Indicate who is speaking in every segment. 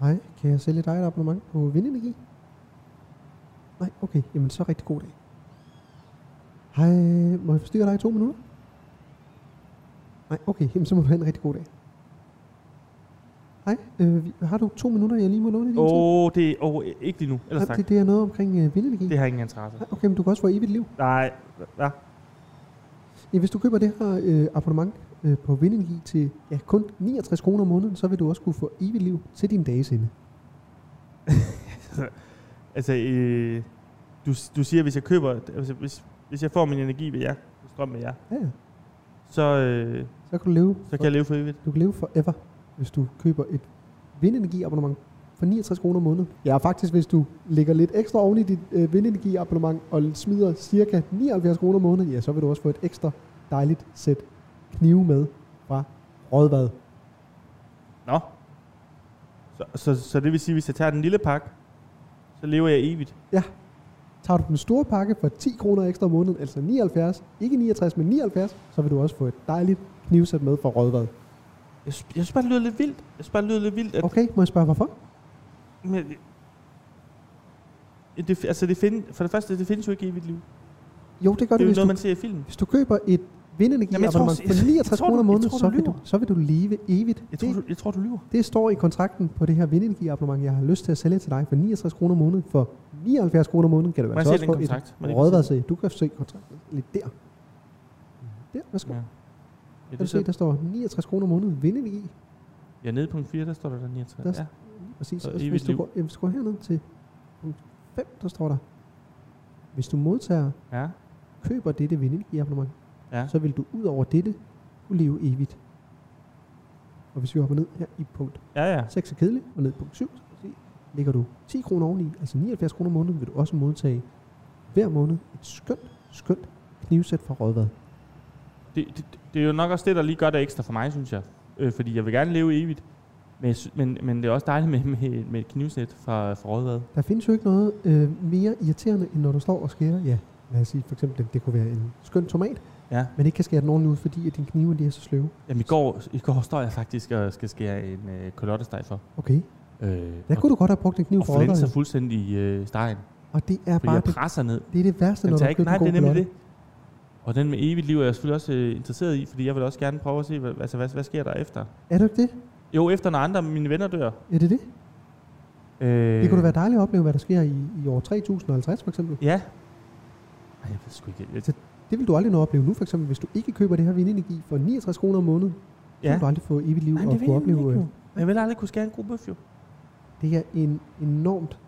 Speaker 1: Hej, kan jeg sælge dig et abonnement på vindenergi? Nej, okay. Jamen, så rigtig god dag. Hej, må jeg forstyrre dig i to minutter? Nej, okay. Jamen, så må du have en rigtig god dag. Hej, øh, vi- har du to minutter, jeg lige må låne din
Speaker 2: Åh,
Speaker 1: tid?
Speaker 2: oh, det er oh, ikke lige nu. Ellers
Speaker 1: Nej,
Speaker 2: tak.
Speaker 1: det, det er noget omkring øh, vindenergi.
Speaker 2: Det har ingen interesse.
Speaker 1: Nej, Okay, men du kan også få evigt liv.
Speaker 2: Nej, hvad?
Speaker 1: Ja, hvis du køber det her øh, abonnement øh, på vindenergi til ja, kun 69 kroner om måneden, så vil du også kunne få evigt liv til din dages ende.
Speaker 2: Altså, øh, du, du siger, hvis jeg køber, altså, hvis, hvis jeg får min energi ved jer, strøm med jer,
Speaker 1: Ja, ja.
Speaker 2: så, øh,
Speaker 1: så kan du leve,
Speaker 2: så kan jeg leve for evigt.
Speaker 1: du kan leve forever, hvis du køber et vindenergiabonnement for 69 kroner om måneden. Ja, faktisk hvis du lægger lidt ekstra oven i dit øh, vindenergiabonnement og smider cirka 79 kroner om måneden, ja, så vil du også få et ekstra dejligt sæt knive med fra Rådvad.
Speaker 2: Nå. Så, så, så det vil sige, hvis jeg tager den lille pakke, så lever jeg evigt.
Speaker 1: Tager du den store pakke for 10 kroner ekstra om måneden, altså 79, ikke 69, men 79, så vil du også få et dejligt knivsæt med fra Rødvad.
Speaker 2: Jeg, sy- jeg synes bare, det lyder lidt vildt. Jeg synes bare, det lyder lidt vildt, at...
Speaker 1: Okay, må jeg spørge hvorfor?
Speaker 2: Men, Ja, det, altså det find, for det første, det findes jo ikke evigt liv. Det
Speaker 1: Jo, det gør
Speaker 2: er
Speaker 1: du,
Speaker 2: jo
Speaker 1: hvis
Speaker 2: noget,
Speaker 1: du,
Speaker 2: man ser i film.
Speaker 1: hvis du køber et
Speaker 2: Jamen, jeg tror-
Speaker 1: vindenergiabonnement for 69
Speaker 2: jeg tror,
Speaker 1: kroner om
Speaker 2: du- jeg
Speaker 1: måneden,
Speaker 2: tror, du
Speaker 1: så vil, du,
Speaker 2: lyver.
Speaker 1: så vil du leve evigt.
Speaker 2: Jeg tror,
Speaker 1: Det,
Speaker 2: du, jeg tror, du lyver.
Speaker 1: det står i kontrakten på det her vindenergiabonnement, jeg har lyst til at sælge til dig for 69 kroner om måneden. For 79 kroner om måneden kan du
Speaker 2: Man
Speaker 1: altså
Speaker 2: ser
Speaker 1: også
Speaker 2: den
Speaker 1: få
Speaker 2: kontrakt.
Speaker 1: et
Speaker 2: Man ikke
Speaker 1: Rødvad
Speaker 2: se
Speaker 1: se. Du kan se kontrakten lidt der. Der, værsgo.
Speaker 2: Ja.
Speaker 1: Ja,
Speaker 2: Ja,
Speaker 1: kan du
Speaker 2: det
Speaker 1: se,
Speaker 2: ser,
Speaker 1: der står 69 kroner om måneden vindenergi.
Speaker 2: ja, nede på en 4, der står der, der 69.
Speaker 1: Der-
Speaker 2: Ja.
Speaker 1: Præcis.
Speaker 2: Og
Speaker 1: Og hvis,
Speaker 2: evigt
Speaker 1: du
Speaker 2: liv.
Speaker 1: går, ja, hvis du går herned til punkt 5, der står der, hvis du modtager,
Speaker 2: ja.
Speaker 1: køber dette vindenergiabonnement,
Speaker 2: Ja.
Speaker 1: så vil du ud over dette kunne leve evigt. Og hvis vi hopper ned her i punkt
Speaker 2: Ja, ja.
Speaker 1: 6 er kedelig, og ned i punkt 7, så kan vi se, lægger du 10 kroner oveni, altså 79 kroner om måneden, vil du også modtage hver måned et skønt, skønt knivsæt fra Rådvad.
Speaker 2: Det, det, det er jo nok også det, der lige gør det ekstra for mig, synes jeg. Øh, fordi jeg vil gerne leve evigt. Men, jeg sy- men, men det er også dejligt med, med, med et knivsæt fra, fra Rødvad.
Speaker 1: Der findes jo ikke noget øh, mere irriterende, end når du står og skærer, ja, lad os sige for eksempel, det, det kunne være en skøn tomat,
Speaker 2: Ja.
Speaker 1: men ikke kan skære den ordentligt ud, fordi at dine knive de er så sløve.
Speaker 2: Jamen i går, i går står jeg faktisk og skal skære en øh, kolottesteg for.
Speaker 1: Okay,
Speaker 2: Øh,
Speaker 1: der
Speaker 2: og,
Speaker 1: kunne du godt have brugt en kniv
Speaker 2: og
Speaker 1: for
Speaker 2: flænser
Speaker 1: Rådvad.
Speaker 2: fuldstændig øh, stegen.
Speaker 1: Og det er
Speaker 2: Fordi
Speaker 1: bare
Speaker 2: jeg
Speaker 1: det,
Speaker 2: presser ned.
Speaker 1: det, er det værste,
Speaker 2: Den
Speaker 1: når du
Speaker 2: tager
Speaker 1: køber en
Speaker 2: ikke, nej,
Speaker 1: god
Speaker 2: det er nemlig
Speaker 1: blotte.
Speaker 2: det. Og den med evigt liv er jeg selvfølgelig også øh, interesseret i, fordi jeg vil også gerne prøve at se, hvad, altså, hvad, hvad sker der efter.
Speaker 1: Er du ikke det?
Speaker 2: Jo, efter når andre af mine venner dør.
Speaker 1: Er det det?
Speaker 2: Øh,
Speaker 1: Det kunne da være dejligt at opleve, hvad der sker i, i år 3050 for eksempel.
Speaker 2: Ja. Ej, jeg ved sgu ikke. Jeg,
Speaker 1: Det vil du aldrig nå at opleve nu, for eksempel, hvis du ikke køber det her vindenergi for 69 kroner om måneden. Ja. Så
Speaker 2: ja.
Speaker 1: vil du aldrig få evigt liv
Speaker 2: Nej,
Speaker 1: og
Speaker 2: det ved
Speaker 1: kunne
Speaker 2: jeg
Speaker 1: opleve.
Speaker 2: ikke
Speaker 1: øh,
Speaker 2: nu. Men jeg vil aldrig kunne skære en god bøf, jo.
Speaker 1: Det er en enormt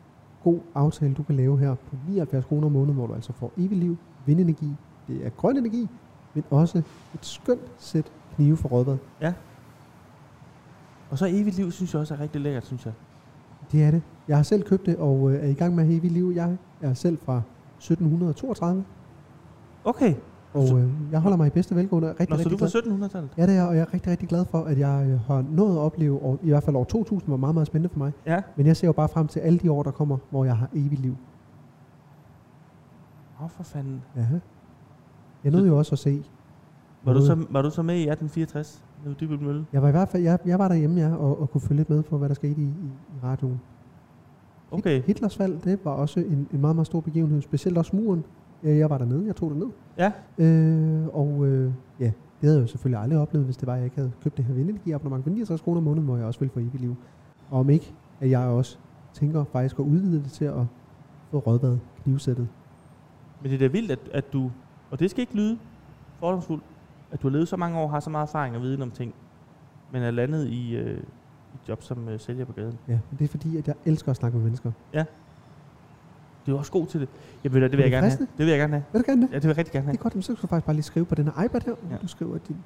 Speaker 1: god aftale, du kan lave her på 79 kroner om måneden, hvor du altså får evigt liv, vindenergi, det er grøn energi, men også et skønt sæt knive for rådvad.
Speaker 2: Og så evigt liv, synes jeg også er rigtig lækkert, synes jeg.
Speaker 1: Det er det. Jeg har selv købt det, og øh, er i gang med at have evigt liv. Jeg er selv fra 1732,
Speaker 2: Okay. Så-
Speaker 1: og øh, jeg holder mig i bedste velgående. og er Rigtig,
Speaker 2: Nå, så
Speaker 1: rigtig
Speaker 2: du er
Speaker 1: glad.
Speaker 2: fra 1700-tallet?
Speaker 1: Ja, det er, jeg, og jeg er rigtig, rigtig glad for, at jeg øh, har nået at opleve, og i hvert fald år 2000 var meget, meget spændende for mig.
Speaker 2: Ja.
Speaker 1: Men jeg ser jo bare frem til alle de år, der kommer, hvor jeg har evigt liv.
Speaker 2: Åh, for fanden.
Speaker 1: Ja. Jeg nåede jo også at se.
Speaker 2: Var du,
Speaker 1: noget.
Speaker 2: så, var du så med i 1864? Nede i Dybbøl Mølle?
Speaker 1: Jeg var i hvert fald, jeg, jeg var derhjemme, ja, og, og kunne følge lidt med på, hvad der skete i, i, i radioen. Hit-
Speaker 2: Okay.
Speaker 1: Hitlers fald, det var også en, en meget, meget stor begivenhed, specielt også muren. Øh, Jeg var dernede, jeg tog det ned.
Speaker 2: Ja.
Speaker 1: Øh, og øh, ja, det havde jeg jo selvfølgelig aldrig oplevet, hvis det var, jeg ikke havde købt det her vindenergiabonnement for 69 kroner om måneden, hvor jeg også ville få evigt liv. Og om ikke, at jeg også tænker faktisk at udvide det til at få rådbad knivsættet.
Speaker 2: Men det er da vildt, at, at du... Og det skal ikke lyde fordomsfuldt, at du har levet så mange år, har så meget erfaring og viden om ting, men er landet i øh, et job som øh, sælger på gaden.
Speaker 1: Ja, men det er fordi, at jeg elsker at snakke med mennesker.
Speaker 2: Det er jo også god til det. Jeg ved, da, det vil
Speaker 1: Er
Speaker 2: jeg
Speaker 1: det
Speaker 2: gerne have.
Speaker 1: fristende?
Speaker 2: Det vil jeg gerne have.
Speaker 1: Vil du gerne det?
Speaker 2: Ja, det vil jeg rigtig gerne
Speaker 1: Det
Speaker 2: have.
Speaker 1: er godt, men så skal du faktisk bare lige skrive på den her iPad her.
Speaker 2: Ja.
Speaker 1: Ja. Du skriver dit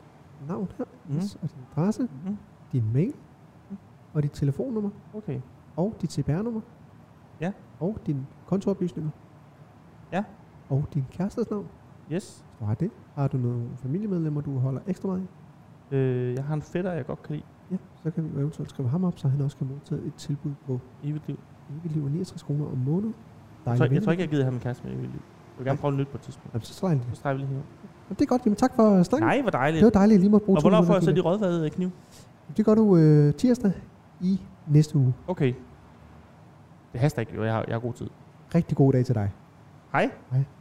Speaker 1: navn her,
Speaker 2: Mm.
Speaker 1: mm. og din adresse,
Speaker 2: Mm.
Speaker 1: din mail,
Speaker 2: Mm.
Speaker 1: og dit telefonnummer,
Speaker 2: Okay.
Speaker 1: og dit CPR-nummer.
Speaker 2: Ja.
Speaker 1: Og dine kontooplysninger.
Speaker 2: Ja.
Speaker 1: Og din kærestes navn.
Speaker 2: Yes.
Speaker 1: Hvis du har det, har du nogle familiemedlemmer, du holder ekstra meget af?
Speaker 2: Øh, jeg har en fætter, jeg godt kan lide.
Speaker 1: Ja, så kan vi jo eventuelt skrive ham op, så han også kan modtage et tilbud på
Speaker 2: Evigt liv.
Speaker 1: evigt liv af 69 kroner om måneden.
Speaker 2: Jeg tror, jeg tror ikke, jeg gider have min kæreste med evigt liv. Jeg vil gerne
Speaker 1: Nej.
Speaker 2: prøve en nyt på et tidspunkt.
Speaker 1: Jamen, så streger jeg
Speaker 2: Så
Speaker 1: lige.
Speaker 2: streger vi lige her.
Speaker 1: Jamen, det er godt, jamen tak for snakken.
Speaker 2: Nej, hvor dejligt.
Speaker 1: Det var dejligt, at jeg lige måtte bruge
Speaker 2: Og
Speaker 1: to
Speaker 2: hvornår får
Speaker 1: minutter
Speaker 2: jeg så
Speaker 1: af
Speaker 2: de
Speaker 1: din
Speaker 2: rødvadede kniv?
Speaker 1: dag. Det gør du øh, tirsdag i næste uge.
Speaker 2: Okay. Det haster ikke, jo. Jeg har, jeg har god tid.
Speaker 1: Rigtig god dag til dig.
Speaker 2: Hej.
Speaker 1: Hej.